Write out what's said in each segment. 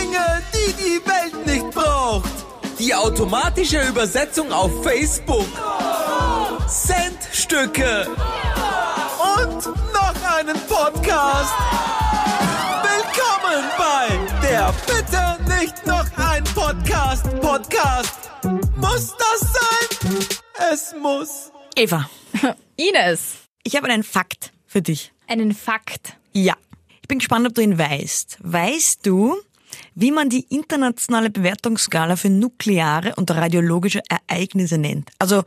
Dinge, die die Welt nicht braucht. Die automatische Übersetzung auf Facebook. Centstücke. Und noch einen Podcast. Willkommen bei der Bitte nicht noch ein Podcast. Podcast. Muss das sein? Es muss. Eva, Ines, ich habe einen Fakt für dich. einen Fakt. Ja. Ich bin gespannt, ob du ihn weißt. Weißt du, wie man die internationale Bewertungsskala für nukleare und radiologische Ereignisse nennt? Also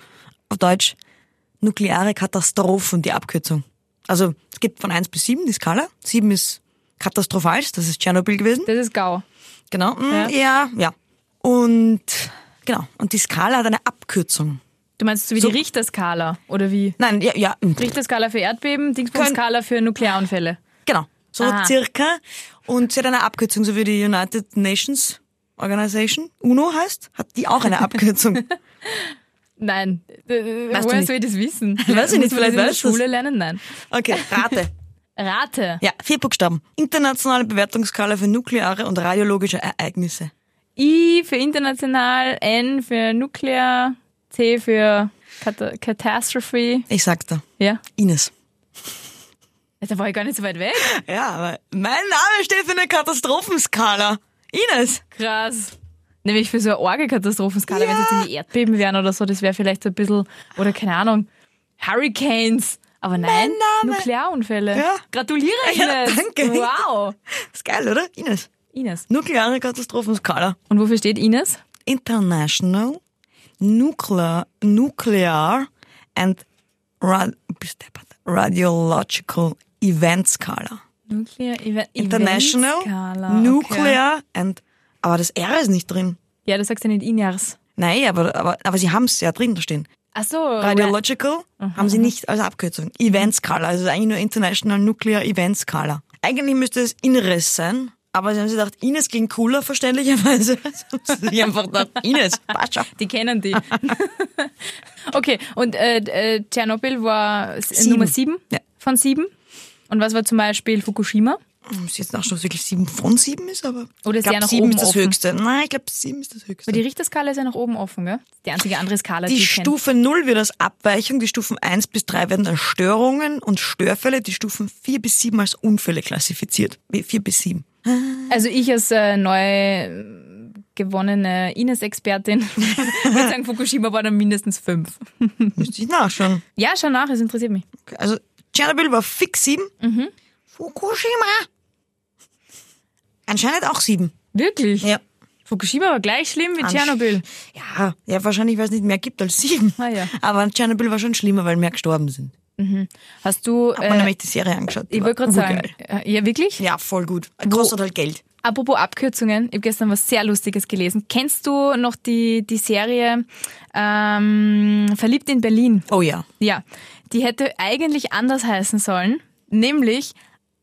auf Deutsch nukleare Katastrophen, die Abkürzung. Also es gibt von 1 bis 7 die Skala. 7 ist katastrophal, das ist Tschernobyl gewesen. Das ist GAU. Genau. Ja. ja, ja. Und genau. Und die Skala hat eine Abkürzung. Du meinst so wie So- die Richterskala oder wie? Nein, ja, ja. mm. Richterskala für Erdbeben, Dingsbums-Skala für Nuklearunfälle. Genau, so Aha. circa. Und sie hat eine Abkürzung, so wie die United Nations Organization, UNO heißt, hat die auch eine Abkürzung. Nein. Äh, Weißt du Woher nicht? soll ich das wissen? Weiß ich nicht, Muss vielleicht man das in der weißt du's. Schule lernen? Nein. Okay, rate. Rate. Ja, vier Buchstaben. Internationale Bewertungskala für nukleare und radiologische Ereignisse. I für international, N für Nuklear, C für Kat Catastrophe. Ich sag's dir, Ja. Ines. Da war ich gar nicht so weit weg. Ja, aber mein Name steht für eine Katastrophenskala. Ines. Krass. Nämlich für so eine Orgelkatastrophenskala, wenn es jetzt irgendwie Erdbeben wären oder so, das wäre vielleicht so ein bisschen, oder keine Ahnung, Hurricanes. Aber nein, Name. Nuklearunfälle. Ja. Gratuliere, Ja, Ines. danke. Wow. Ist geil, oder? Ines. Ines. Nukleare Katastrophenskala. Und wofür steht Ines? International Nuclear, nuclear and Rad bist deppert. Radiological Event Skala. Nuclear Event International Eventskala. Nuclear and aber das R ist nicht drin. Okay. Ja, du sagst ja nicht Injars. Nein, aber, aber, aber sie haben es ja drin stehen. Ach so. Radiological haben sie nicht als Abkürzung. Event Skala, also eigentlich nur International Nuclear Event Skala. Eigentlich müsste es Inneres sein, aber sie haben sich gedacht, Ines klingt cooler, verständlicherweise. Sie haben sich einfach gedacht, Ines, passt schon. Die kennen die. okay, und äh, äh, Tschernobyl war s- Sieben. Nummer sieben Ja. von sieben. Und was war zum Beispiel Fukushima? muss jetzt nachschauen, ob es wirklich sieben von sieben ist, aber Oder ich ist glaub, ja nach sieben oben ist das offen. höchste. Nein, ich glaube, sieben ist das höchste. Weil die Richterskala ist ja nach oben offen, gell? Die einzige andere Skala, die, Die ich kenn. Stufe 0 wird als Abweichung, die Stufen 1 bis 3 werden als Störungen und Störfälle, die Stufen 4 bis 7 als Unfälle klassifiziert. Wie 4 bis 7. Also ich als äh, neu äh, gewonnene Ines-Expertin würde sagen, Fukushima war dann mindestens fünf. Mhm. Müsste ich nachschauen. Ja, schau nach, es interessiert mich. Okay, Also Tschernobyl war fix 7. Mhm. Fukushima. Anscheinend auch 7. Wirklich? Ja. Fukushima war gleich schlimm wie Ansch- Tschernobyl. Ja, ja, wahrscheinlich, weil es nicht mehr gibt als 7. Ah, ja. Aber Tschernobyl war schon schlimmer, weil mehr gestorben sind. Hast du... Hat man Äh, nämlich die Serie angeschaut. die ich war wollte gerade sagen, urgeil. äh, ja wirklich? Ja, voll gut. Kostet halt Geld. Apropos Abkürzungen, ich habe gestern was sehr Lustiges gelesen. Kennst du noch die, die Serie ähm, Verliebt in Berlin? Oh ja. Ja, die hätte eigentlich anders heißen sollen, nämlich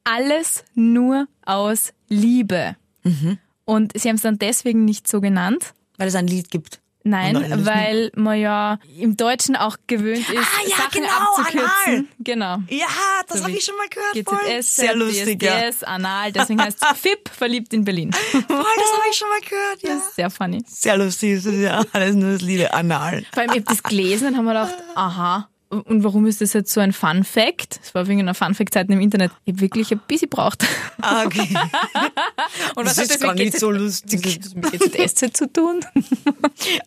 alles nur aus Liebe. Mhm. Und sie haben es dann deswegen nicht so genannt. Weil es ein Lied gibt. Nein, Und alles weil man ja im Deutschen auch gewöhnt ist, Ah, ja, Sachen genau, abzukürzen. anal. Genau. Ja, das So habe wie ich schon mal gehört. Voll. GZS, Sehr lustig, ja. DSDS, Anal, deswegen heißt es FIP, verliebt in Berlin. Voll, das habe ich schon mal gehört, ja. Sehr funny. Sehr lustig, das ist ja alles nur das Lied anal. Vor allem, ich habe das gelesen und haben mir gedacht, aha, und warum ist das jetzt so ein Fun Fact? Es war wegen einer Fun Fact-Zeit im Internet. Ich habe wirklich ein bisschen braucht. Ah, okay. Und Das was hat ist mit gar nicht GZ so lustig. Das hat mit GZSZ zu tun.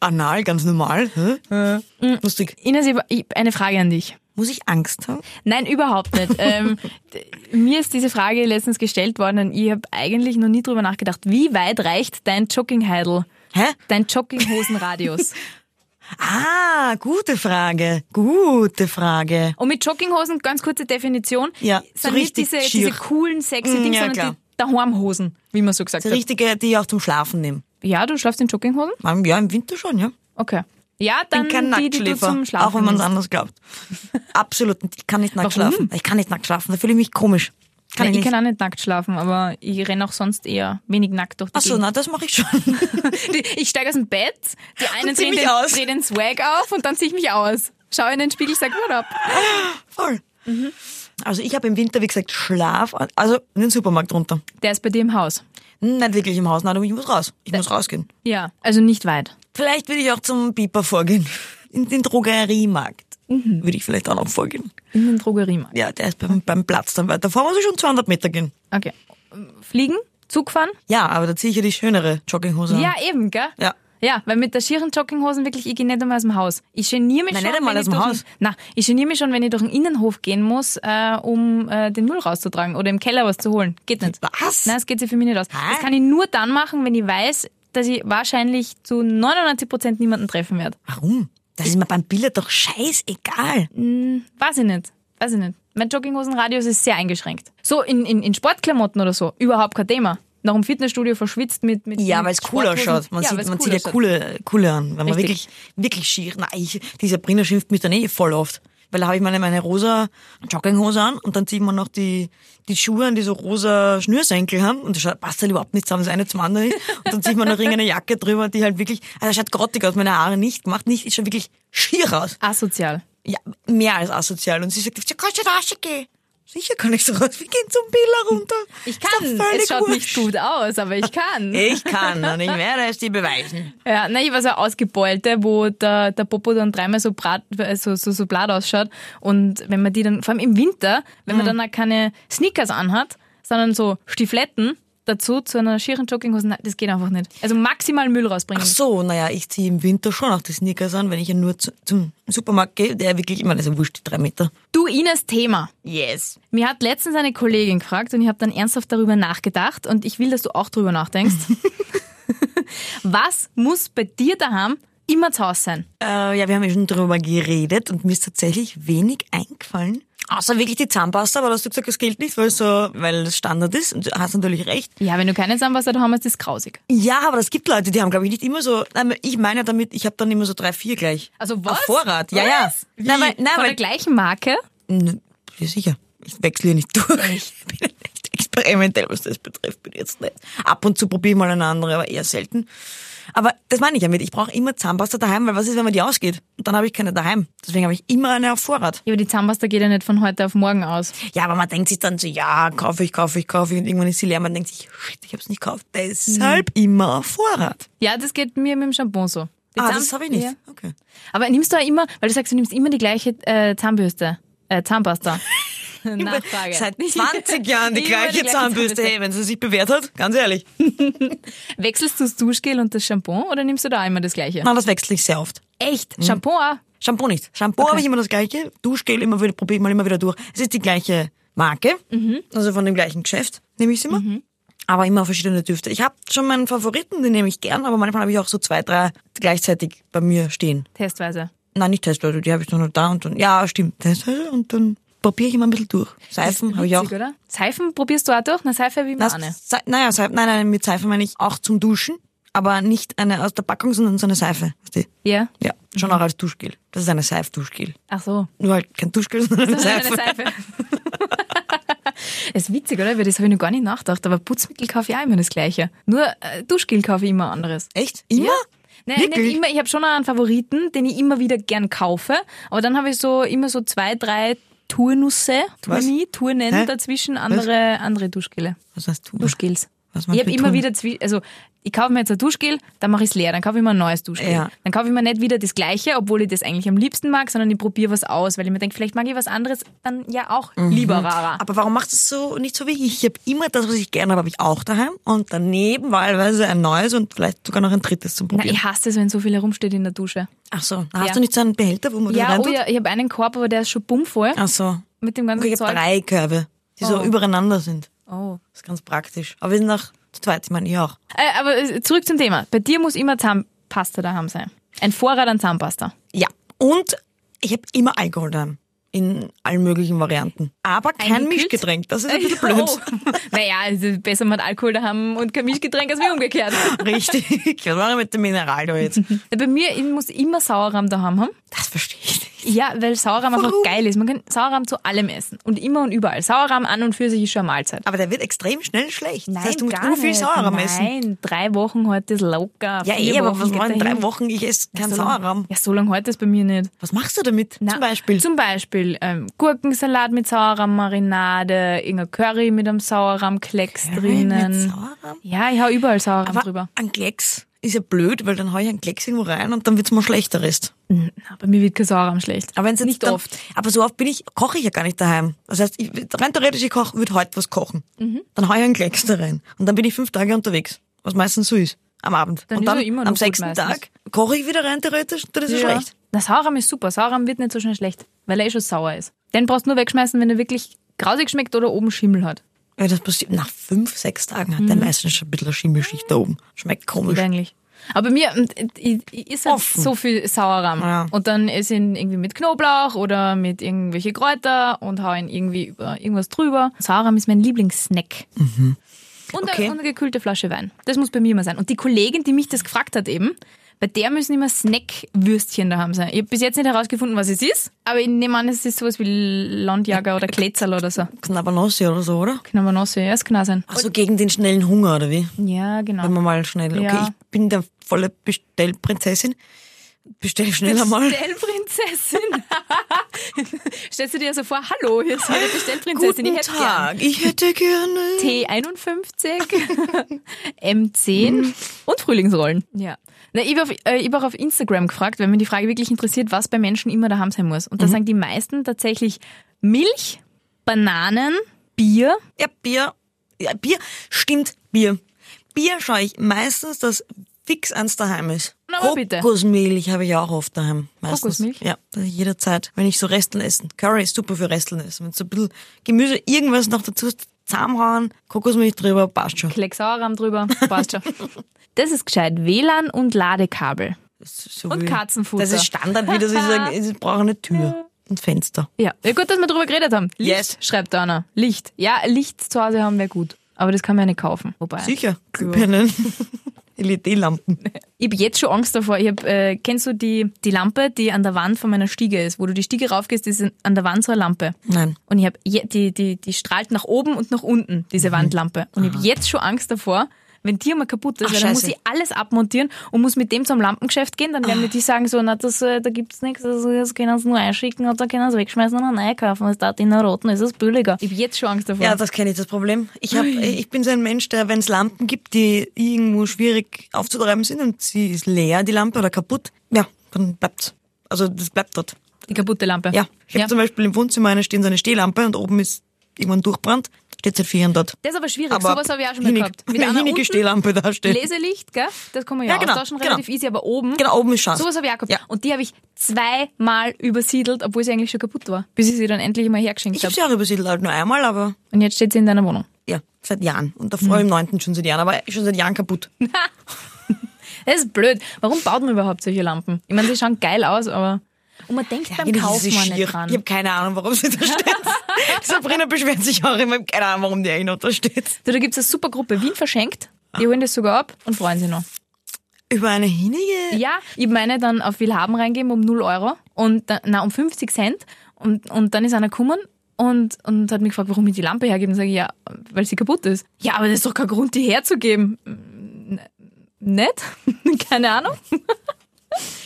Anal, ganz normal. Hä? Lustig. Ines, ich- ich- eine Frage an dich. Muss ich Angst haben? Nein, überhaupt nicht. ähm, d- mir ist diese Frage letztens gestellt worden und ich habe eigentlich noch nie drüber nachgedacht. Wie weit reicht dein Joggingheidel, Hä? dein Jogginghosenradius? Ah, gute Frage. Gute Frage. und mit Jogginghosen, ganz kurze Definition, Ja, so sind nicht richtig diese, schier. diese coolen, sexy Mm, Dinge, ja, sondern klar. die Daheimhosen, wie man so gesagt Die hat. richtige, die ich auch zum Schlafen nehme. Ja, du schlafst in Jogginghosen? Ja, im Winter schon, ja. Okay. Ja, Ich dann bin kein die, die du Nacktschläfer, zum Schlafen auch wenn man es nimmst. anders glaubt. Absolut, nicht. ich kann nicht nackt Warum? schlafen. Ich kann nicht nackt schlafen, da fühle ich mich komisch. Kann Nein, ich ich nicht. kann auch nicht nackt schlafen, aber ich renne auch sonst eher wenig nackt durch die Achso, Gegend. na, das mache ich schon. Die- Ich steige aus dem Bett, die einen Und zieh drehen mich den, aus. drehen den Swag auf und dann ziehe ich mich aus. Schau in den Spiegel, sag, what up? Voll. Also ich habe im Winter, wie gesagt, Schlaf, also in den Supermarkt runter. Der ist bei dir im Haus. Hm, Nicht wirklich im Haus, nein, aber ich muss raus. Ich muss rausgehen. Ja. Also nicht weit. Vielleicht würde ich auch zum Pieper vorgehen. In den Drogeriemarkt Mhm. würde ich vielleicht auch noch vorgehen. In den Drogeriemarkt. Ja, der ist beim, beim Platz dann weiter. Vor muss ich schon 200 Meter gehen. Okay. Fliegen? Zug fahren? Ja, aber da ziehe ich ja die schönere Jogginghose Ja, an. eben, gell? Ja. Ja, weil mit der schieren Jogginghosen wirklich, ich gehe nicht einmal aus dem Haus. Ich geniere mich Nein, schon, nicht einmal wenn aus ich dem durch Haus. den- Na, ich geniere mich schon, wenn ich durch den Innenhof gehen muss, äh, um äh, den Müll rauszutragen oder im Keller was zu holen. Geht nicht. Was? Nein, das geht sich für mich nicht aus. Hä? Das kann ich nur dann machen, wenn ich weiß, dass ich wahrscheinlich zu 99% niemanden treffen werde. Warum? Das ist mir beim Billard doch scheißegal. Weiß ich nicht. Weiß ich nicht. Mein Jogginghosenradius ist sehr eingeschränkt. So in, in, in Sportklamotten oder so, überhaupt kein Thema. Nach dem Fitnessstudio verschwitzt mit. mit Ja, mit weil es cool Sporthosen. ausschaut. Man, ja, sieht, weil's man cool sieht Hm. ja ausschaut. coole, coole an, wenn man Richtig. wirklich, wirklich schier. Nein, ich, die Sabrina schimpft mich dann eh voll oft. Weil da habe ich meine, meine rosa Jogginghose an und dann zieht man noch die, die Schuhe an, die so rosa Schnürsenkel haben und das schaut, passt halt überhaupt nicht zusammen, das eine zum anderen ist. Und dann zieht man noch irgendeine Jacke drüber, die halt wirklich, also das schaut grottig aus, meine Haare nicht gemacht, nicht, ist schon wirklich schier aus. Asozial. Ja, mehr als asozial. Und sie sagt, du kannst nicht rausgehen. Sicher kann ich so raus, wir gehen zum Billa runter. Ich Ist doch kann. völlig Es schaut wurscht. nicht gut aus, aber ich kann. Ich kann und ich werde es dir beweisen. Ja, nein, ich war so eine ausgebeulte, wo der, der Popo dann dreimal so, brat, äh, so, so, so blatt ausschaut. Und wenn man die dann, vor allem im Winter, wenn man dann auch keine Sneakers anhat, sondern so Stifletten dazu zu einer schieren Jogginghose, nein, das geht einfach nicht. Also maximal Müll rausbringen. Ach so, naja, ich ziehe im Winter schon auch die Sneakers an, wenn ich ja nur zu, zum Supermarkt gehe, der wirklich immer, das ist ja wurscht, die drei Meter. Du, Ines, Thema. Yes. Mir hat letztens eine Kollegin gefragt und ich habe dann ernsthaft darüber nachgedacht und ich will, dass du auch darüber nachdenkst. Was muss bei dir daheim immer zu Hause sein? Äh, ja, wir haben ja schon drüber geredet und mir ist tatsächlich wenig eingefallen. Außer wirklich die Zahnpasta, aber da hast du gesagt, das gilt nicht, weil es so, weil es Standard ist und du hast natürlich recht. Ja, wenn du keine Zahnpasta daheim hast, ist grausig. Ja, aber es gibt Leute, die haben, glaube ich, nicht immer so. Nein, ich meine damit, ich habe dann immer so drei, vier gleich. Also was? Auf Vorrat, ja, ja. Was? Wie? Nein, weil, nein, Von weil, der gleichen Marke? N- Ja, sicher. Ich wechsle hier nicht durch. Ich bin nicht experimentell, was das betrifft, bin ich jetzt nicht. Ab und zu probiere ich mal eine andere, aber eher selten. Aber das meine ich damit. Ich brauche immer Zahnpasta daheim, weil was ist, wenn man die ausgeht? Und dann habe ich keine daheim. Deswegen habe ich immer eine auf Vorrat. Ja, aber die Zahnpasta geht ja nicht von heute auf morgen aus. Ja, aber man denkt sich dann so, ja, kaufe ich, kaufe ich, kaufe ich. Und irgendwann ist sie leer. Man denkt sich, shit, ich habe es nicht gekauft. Deshalb immer auf Vorrat. Ja, das geht mir Hm. mit dem Shampoo so. Die ah, Zahn- das habe ich nicht. Ja. Okay. Aber nimmst du auch immer, weil du sagst, du nimmst immer die gleiche äh, Zahnbürste, äh, Zahnpasta. Nachfrage. Seit 20 Jahren die Immer gleiche Zahnbürste. Hey, wenn sie sich bewährt hat, ganz ehrlich. Wechselst du das Duschgel und das Shampoo oder nimmst du da auch immer das gleiche? Na, das wechsle ich sehr oft. Mhm. Echt? Shampoo auch? Shampoo nicht. Shampoo habe ich immer das gleiche. Duschgel immer wieder, probiere ich mal immer wieder durch. Es ist die gleiche Marke, also von dem gleichen Geschäft, nehme ich es immer. Aber immer verschiedene Düfte. Ich habe schon meinen Favoriten, den nehme ich gern, aber manchmal habe ich auch so zwei, drei gleichzeitig bei mir stehen. Testweise. Nein, nicht Testleute, die habe ich dann nur da und dann, ja, stimmt, Testleute und dann probiere ich immer ein bisschen durch. Seifen habe ich auch. Witzig, oder? Seifen probierst du auch durch? Na, Seife wie Na, Mane. Se naja, Seife, nein, nein, mit Seife meine ich auch zum Duschen, aber nicht eine aus der Packung, sondern so eine Seife. Weißt du? Ja? Ja, schon Mhm. auch als Duschgel. Das ist eine Seif-Duschgel. Ach so. Nur halt kein Duschgel, sondern eine Seife. Eine Seife. Das ist witzig, oder? Über das habe ich noch gar nicht nachgedacht. Aber Putzmittel kaufe ich auch immer das Gleiche. Nur äh, Duschgel kaufe ich immer anderes. Echt? Immer? Nein, Wirklich? nicht immer. Ich habe schon einen Favoriten, den ich immer wieder gern kaufe. Aber dann habe ich so immer so zwei, drei Turnusse, Turni, Turnen Hä? dazwischen, andere, andere Duschgele. Was heißt du? Duschgels. Was meinst du ich habe mit immer Turnen? wieder, zwi- also ich kaufe mir jetzt ein Duschgel, dann mache ich es leer, dann kaufe ich mir ein neues Duschgel. Ja. Dann kaufe ich mir nicht wieder das gleiche, obwohl ich das eigentlich am liebsten mag, sondern ich probiere was aus, weil ich mir denke, vielleicht mag ich was anderes dann ja auch Mhm. lieber rarer. Aber warum machst du es so nicht so wie ich? Ich habe immer das, was ich gerne habe, habe ich auch daheim. Und daneben wahlweise ein neues und vielleicht sogar noch ein drittes zum Na, Probieren. ich hasse es, wenn so viel herumsteht in der Dusche. Ach so. Hast Ja. du nicht so einen Behälter, wo man das Ja, oh reintut? ja, ich habe einen Korb, aber der ist schon bummvoll Ach so. mit dem ganzen Okay, ich habe Zeug. drei Körbe, die so Oh. übereinander sind. Oh. Das ist ganz praktisch. Aber wir sind auch zu zweit, ich meine, ich auch. Äh, aber äh, zurück zum Thema. Bei dir muss immer Zahnpasta daheim sein. Ein Vorrat an Zahnpasta. Ja. Und ich habe immer Alkohol daheim. In allen möglichen Varianten. Aber kein Eingekühlt? Mischgetränk. Das ist ein bisschen blöd. Oh. Naja, also besser man hat Alkohol daheim und kein Mischgetränk als wie umgekehrt. Richtig. Was mache ich mit dem Mineral da jetzt? Bei mir ich muss immer Sauerrahm daheim haben. Das verstehe ich nicht. Ja, weil Sauerrahm einfach Warum? geil ist. Man kann Sauerrahm zu allem essen. Und immer und überall. Sauerrahm an und für sich ist schon eine Mahlzeit. Aber der wird extrem schnell schlecht. Nein, das heißt, du musst gar urviel nicht. Sauerrahm Nein, essen. drei Wochen heute ist locker. Ja, Vier eh, aber was Wochen war in geht dahin. drei Wochen? Ich esse keinen so Sauerrahm. Lang, ja, so lange heute ist bei mir nicht. Was machst du damit? Na, zum Beispiel. Zum Beispiel ähm, Gurkensalat mit Sauerrahm-Marinade, irgendein Curry mit einem Sauerrahm-Klecks Curry mit drinnen. Sauerrahm? Ja, ich hau überall Sauerrahm aber drüber. ein Klecks ist ja blöd, weil dann hau ich einen Klecks irgendwo rein und dann wird's mal schlechter ist. Na, bei mir wird kein Sauerrahm schlecht. Aber wenn's jetzt Nicht dann, oft. Aber so oft bin ich, koche ich ja gar nicht daheim. Das heißt, ich, rein theoretisch, ich koche, würde heute was kochen. Mhm. Dann hau ich einen Klecks da rein. Und dann bin ich fünf Tage unterwegs. Was meistens so ist. Am Abend. Dann und ist dann er immer noch am gut sechsten meistens. Tag koche ich wieder rein theoretisch, dann ist es schlecht. Na, Sauerrahm ist super. Sauerrahm wird nicht so schnell schlecht, weil er eh schon sauer ist. Den brauchst du nur wegschmeißen, wenn er wirklich grausig schmeckt oder oben Schimmel hat. Ja, das passiert. Nach fünf, sechs Tagen hat Mhm. der meistens schon ein bisschen eine Schimmelschicht da oben. Schmeckt komisch. Geht eigentlich. Aber bei mir und, äh, ich, ich ist halt Offen. so viel Sauerrahm. Ja. Und dann esse ich ihn irgendwie mit Knoblauch oder mit irgendwelche Kräuter und hau ihn irgendwie über irgendwas drüber. Sauerrahm ist mein Lieblingssnack. Und, Mhm. Okay. eine, und eine gekühlte Flasche Wein. Das muss bei mir immer sein. Und die Kollegin, die mich das gefragt hat eben, bei der müssen immer Snackwürstchen daheim sein. Ich habe bis jetzt nicht herausgefunden, was es ist, aber ich nehme an, es ist sowas wie Landjager oder Kletzerl oder so. Knabbernossi oder so, oder? Knabbernosse, ja, es kann auch sein. Also gegen den schnellen Hunger, oder wie? Ja, genau. Wenn man mal schnell. Okay, Ja. ich bin der volle Bestellprinzessin. Bestell schnell einmal. Bestellprinzessin. Stellst du dir so vor, hallo, hier ist jede Bestellprinzessin. Guten ich hätte gern Tag, ich hätte gerne. T51, M10 und Frühlingsrollen. Ja. Na, ich habe äh, ich hab auch auf Instagram gefragt, wenn mir die Frage wirklich interessiert, was bei Menschen immer daheim sein muss. Und da sagen die meisten tatsächlich Milch, Bananen, Bier. Ja, Bier. Ja, Bier. Stimmt, Bier. Bier schaue ich meistens, dass fix ans daheim ist. Na, aber bitte. Kokosmilch habe ich auch oft daheim. Meistens. Kokosmilch? Ja, dass ich jederzeit, wenn ich so Resteln essen. Curry ist super für Resteln essen. Wenn so ein bisschen Gemüse, irgendwas noch dazu hast, zusammenhauen, Kokosmilch drüber, passt schon. Kleck Sauerrahm drüber, passt schon. Das ist gescheit. WLAN und Ladekabel. So Und wie- Katzenfutter. Das ist Standard, wie das ich sage. Ich brauche eine Tür und Fenster. Ja. ja, gut, dass wir drüber geredet haben. Licht, Yes. schreibt einer. Licht. Ja, Licht zu Hause haben wäre gut. Aber das kann man ja nicht kaufen. Wobei. Sicher, Glühbirnen. LED-Lampen. Ich habe jetzt schon Angst davor. Ich hab, äh, kennst du die, die Lampe, die an der Wand von meiner Stiege ist? Wo du die Stiege raufgehst, ist an der Wand so eine Lampe. Nein. Und ich habe die, die, die strahlt nach oben und nach unten, Mhm. diese Wandlampe. Und ich habe jetzt schon Angst davor, wenn die mal kaputt ist, Ach, weil dann muss scheiße. ich alles abmontieren und muss mit dem zum Lampengeschäft gehen. Dann werden Ah. mir die sagen, so, na, das, äh, da gibt's nichts, also das können sie nur einschicken oder können sie wegschmeißen und dann einkaufen. Das dauert in der roten, ist es billiger. Ich habe jetzt schon Angst davor. Ja, das kenne ich, das Problem. Ich, hab, ich bin so ein Mensch, der, wenn es Lampen gibt, die irgendwo schwierig aufzutreiben sind und sie ist leer, die Lampe, oder kaputt, ja, dann bleibt's. Also das bleibt dort. die kaputte Lampe. Ja, ich habe ja. zum Beispiel im Wohnzimmer eine stehen, so eine Stehlampe und oben ist irgendwann durchbrannt, steht seit vier Jahren dort. Das ist aber schwierig. Aber Sowas habe ich auch schon mal hinig- gehabt. Mit einer hinige unten, Stehlampe da steht. Leselicht, gell? Das kann man ja, Ja, genau, austauschen, genau. relativ easy, aber oben. Genau, oben ist Schatz. Sowas habe ich auch gehabt. Ja. Und die habe ich zweimal übersiedelt, obwohl sie eigentlich schon kaputt war. Bis ich sie dann endlich mal hergeschenkt Ich habe habe. sie auch übersiedelt, halt nur einmal, aber Und jetzt steht sie in deiner Wohnung. ja, seit Jahren. Und Mhm. davor im Neunten schon seit Jahren, aber schon seit Jahren kaputt. Das ist blöd. Warum baut man überhaupt solche Lampen? Ich meine, sie schauen geil aus, aber. Und man denkt beim Eigentlich ist Kauf sie mal schier. nicht Ich habe dran. keine Ahnung, warum sie da steht. Sabrina beschwert sich auch immer, ich hab keine Ahnung, warum die eigentlich noch da steht. So, da gibt's eine super Gruppe Wien verschenkt. Die holen das sogar ab und freuen sich noch. Über eine hinige? Ja, ich meine dann auf Willhaben reingeben um 0 Euro und dann- na um 50 Cent und, und dann ist einer gekommen und, und hat mich gefragt, warum ich die Lampe hergebe und sage ich, ja, weil sie kaputt ist. Ja, aber das ist doch kein Grund, die herzugeben. N- Nicht? Keine Ahnung.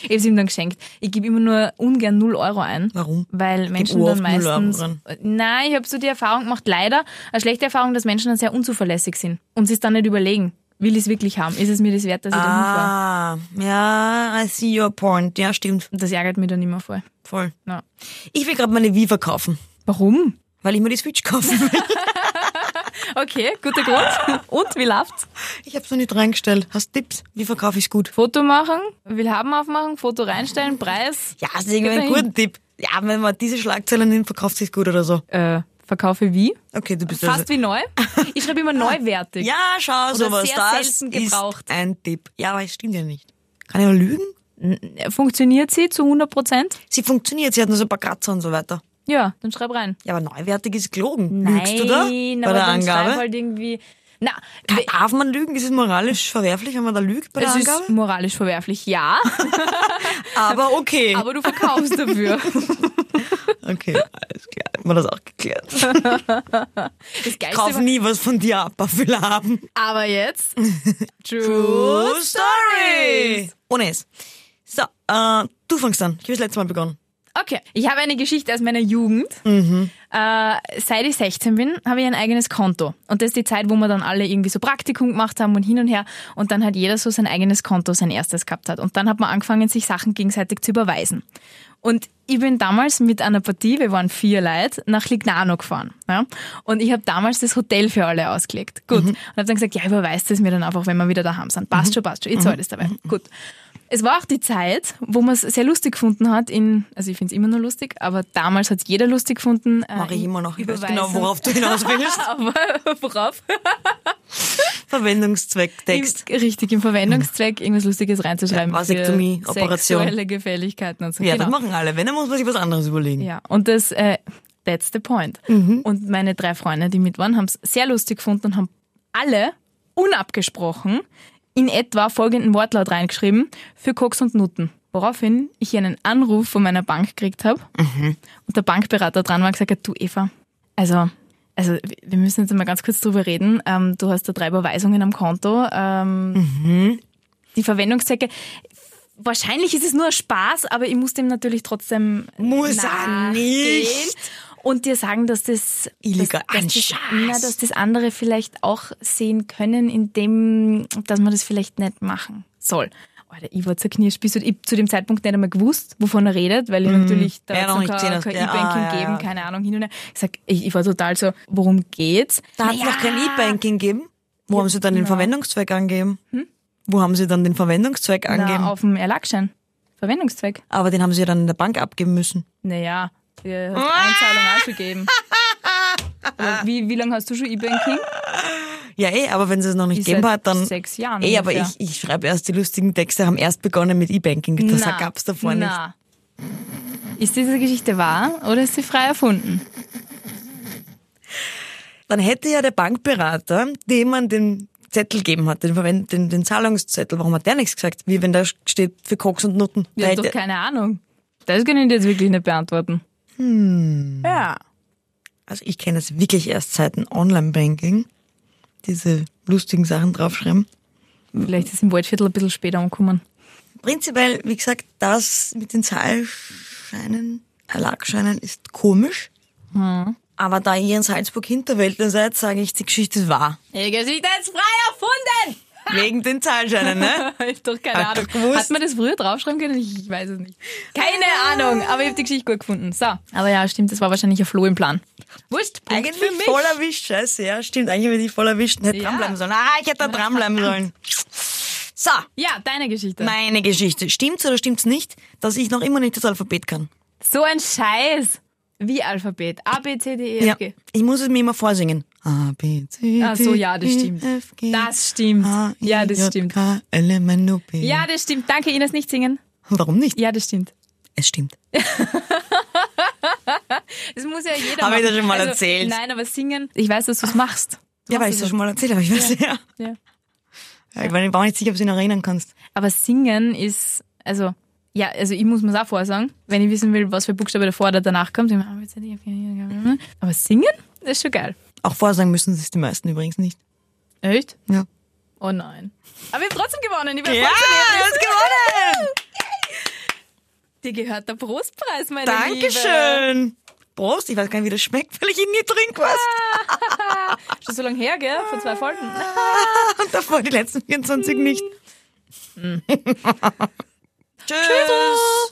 Ich habe ihm dann geschenkt. Ich gebe immer nur ungern 0 Euro ein. Warum? Weil Menschen oft dann 0 Euro meistens. rein. Nein, ich habe so die Erfahrung gemacht, leider, eine schlechte Erfahrung, dass Menschen dann sehr unzuverlässig sind und sich dann nicht überlegen, will ich es wirklich haben? Ist es mir das wert, dass ich da hinfahre? Ah, ja, I see your point. Ja, stimmt. Und Das ärgert mich dann immer voll. Voll. Na. Ich will gerade meine Wii verkaufen, Warum? weil ich mir die Switch kaufen will. Okay, guter Grund. Und wie läuft's? ich habe es noch nicht reingestellt. Hast Tipps? Wie verkaufe ich's gut? Foto machen, will haben aufmachen, Foto reinstellen, Preis. Ja, hast du irgendeinen Geht dahin. guten Tipp? Ja, wenn man diese Schlagzeile nimmt, verkauft sich's gut oder so. Äh, verkaufe wie? Okay, du bist Fast also... wie neu. Ich schreibe immer Ah. neuwertig. Ja, schau, sowas. sehr das selten gebraucht. ist ein Tipp. Ja, aber es stimmt ja nicht. Kann ich nur lügen? Funktioniert sie zu 100 Prozent? Sie funktioniert, sie hat nur so ein paar Kratzer und so weiter. Ja, dann schreib rein. Ja, aber neuwertig ist gelogen. Lügst du da? Nein, bei aber der dann schreib Angabe? halt irgendwie Na, we- Darf man lügen? Ist es moralisch verwerflich, wenn man da lügt bei der es Angabe? ist moralisch verwerflich, ja, aber okay. aber du verkaufst dafür. okay, alles klar. Hat man das auch geklärt. Das Geilste Kauf war- nie was von dir ab, was wir haben. aber jetzt. True Stories. Ohne es. So, äh, du fängst an. Ich habe das letzte Mal begonnen. Okay, ich habe eine Geschichte aus meiner Jugend. Äh, seit ich 16 bin, habe ich ein eigenes Konto. Und das ist die Zeit, wo wir dann alle irgendwie so Praktikum gemacht haben und hin und her. Und dann hat jeder so sein eigenes Konto, sein erstes gehabt hat. Und dann hat man angefangen, sich Sachen gegenseitig zu überweisen. Und ich bin damals mit einer Partie, wir waren vier Leute, nach Lignano gefahren. Ja? Und ich habe damals das Hotel für alle ausgelegt. Gut. Mhm. Und habe dann gesagt, ja, überweist es mir dann einfach, wenn wir wieder daheim sind. Passt schon, passt schon, ich zahle Mhm. das dabei. Gut. Es war auch die Zeit, wo man es sehr lustig gefunden hat, in, also ich finde es immer noch lustig, aber damals hat es jeder lustig gefunden. äh, Mache ich immer noch. Ich weiß genau, überweisen. worauf du hinaus willst. Aber worauf? Verwendungszweck, Im, Text. richtig, im Verwendungszweck irgendwas Lustiges reinzuschreiben. Ja, Vasektomie, für Operation. Sexuelle Gefälligkeiten und so. Ja, das genau. machen alle. Wenn, dann muss man sich was anderes überlegen. Ja, und das, äh, that's the point. Und meine drei Freunde, die mit waren, haben es sehr lustig gefunden und haben alle unabgesprochen in etwa folgenden Wortlaut reingeschrieben für Koks und Nutten. Woraufhin ich einen Anruf von meiner Bank gekriegt habe und der Bankberater dran war und gesagt hat, du Eva, also, also wir müssen jetzt mal ganz kurz drüber reden. Ähm, du hast da drei Überweisungen am Konto. Ähm, Mhm. Die Verwendungszwecke. Wahrscheinlich ist es nur Spaß, aber ich muss dem natürlich trotzdem Muss er nachgehen nicht. und dir sagen, dass das Illegal. dass, Ein dass, das, Schatz. na, dass das andere vielleicht auch sehen können, indem dass man das vielleicht nicht machen soll. Alter, ich war zerknirscht bis zu- ich hab zu dem Zeitpunkt nicht einmal gewusst, wovon er redet, weil ich natürlich da Mhm. Ja, noch hat's nicht gesehen hast. noch kein, kein Ja, E-Banking ah, ja, geben, ja. keine Ahnung, hin und her. Ich, sag, ich, ich war total so, worum geht's? Da hat es Naja, noch kein E-Banking gegeben. Wo haben sie dann den Verwendungszweck angegeben? Wo haben sie dann den Verwendungszweck angegeben? Hm? Na, auf dem Erlagschein. Verwendungszweck. Aber den haben sie ja dann in der Bank abgeben müssen. Naja, die hat Ah! Einzahlung auch schon gegeben. Aber wie, wie lange hast du schon E-Banking? Ja, eh, aber wenn sie es noch nicht Ich gegeben seit hat, dann. sechs Jahren Eh, aber ich, ungefähr. ich schreibe erst die lustigen Texte, haben erst begonnen mit E-Banking. Das Na, gab's davor nicht. na. Ist diese Geschichte wahr oder ist sie frei erfunden? Dann hätte ja der Bankberater, dem man den Zettel gegeben hat, den, Verwend den, den Zahlungszettel, warum hat der nichts gesagt? Wie wenn da steht für Koks und Nutten. Ich Da habe doch hätte- keine Ahnung. Das kann ich dir jetzt wirklich nicht beantworten. Hm. Ja. also ich kenne es wirklich erst seit dem Online-Banking, diese lustigen Sachen draufschreiben. Vielleicht ist im Waldviertel ein bisschen später angekommen. prinzipiell, wie gesagt, das mit den Zahlscheinen, Erlagscheinen ist komisch. Hm. Aber da ihr in Salzburg Hinterwäldler seid, sage ich, die Geschichte ist wahr. Die Geschichte ist frei Wegen den Zahlscheinen, ne? erfunden! ich hab doch keine Hat Ahnung. doch gewusst. Hat man das früher draufschreiben können? Ich, ich weiß es nicht. Keine Ahnung, aber ich habe die Geschichte gut gefunden. So. Ah. Aber ja, stimmt, das war wahrscheinlich ein Floh im Plan. Wurscht, Punkt Eigentlich für mich. voll erwischt, scheiße, ja, stimmt. Eigentlich hätte ich voll erwischt und hätte Ja. dranbleiben sollen. Ah, ich hätte da dranbleiben sollen. So, Ja, deine Geschichte. meine Geschichte. Stimmt's oder stimmt's nicht, dass ich noch immer nicht das Alphabet kann? So ein Scheiß. Wie Alphabet. A, B, C, D, E, F, G. Ich muss es mir immer vorsingen. A, B, C, D, Ach so, ja, das E, stimmt. F, G, Das stimmt. H, I, Ja, das J, stimmt. K, L, M, N, O, P. Ja, das stimmt. Danke, Ines, nicht singen. Warum nicht? Ja, das stimmt. Es stimmt. Das muss ja jeder Hab ich machen. Also, dir schon mal erzählt. Nein, aber singen, ich weiß, dass du es machst. Du Ja, weil ich es machst es dir schon mal erzählt habe, ich weiß ja. auch. ja. ja. Ich, meine, ich war nicht sicher, ob du dich noch erinnern kannst. Aber singen ist, also, ja, also ich muss mir es auch vorsagen, wenn ich wissen will, was für Buchstabe davor oder danach kommt. ich mach, A, B, C, D, E, F, G, H, I, J, K, L, M, N. Aber singen das ist schon geil. Auch vorsagen müssen sie es die meisten übrigens nicht. Echt? Ja. Oh nein. Aber ich habe trotzdem gewonnen. Ich bin Ja, du hast gewonnen! Dir gehört der Brustpreis, meine Liebe. Dankeschön! Prost, ich weiß gar nicht, wie das schmeckt, weil ich ihn nie trinke was. Schon so lange her, gell? Vor zwei Folgen. Und davor Hm. die letzten 24 nicht. Tschüss!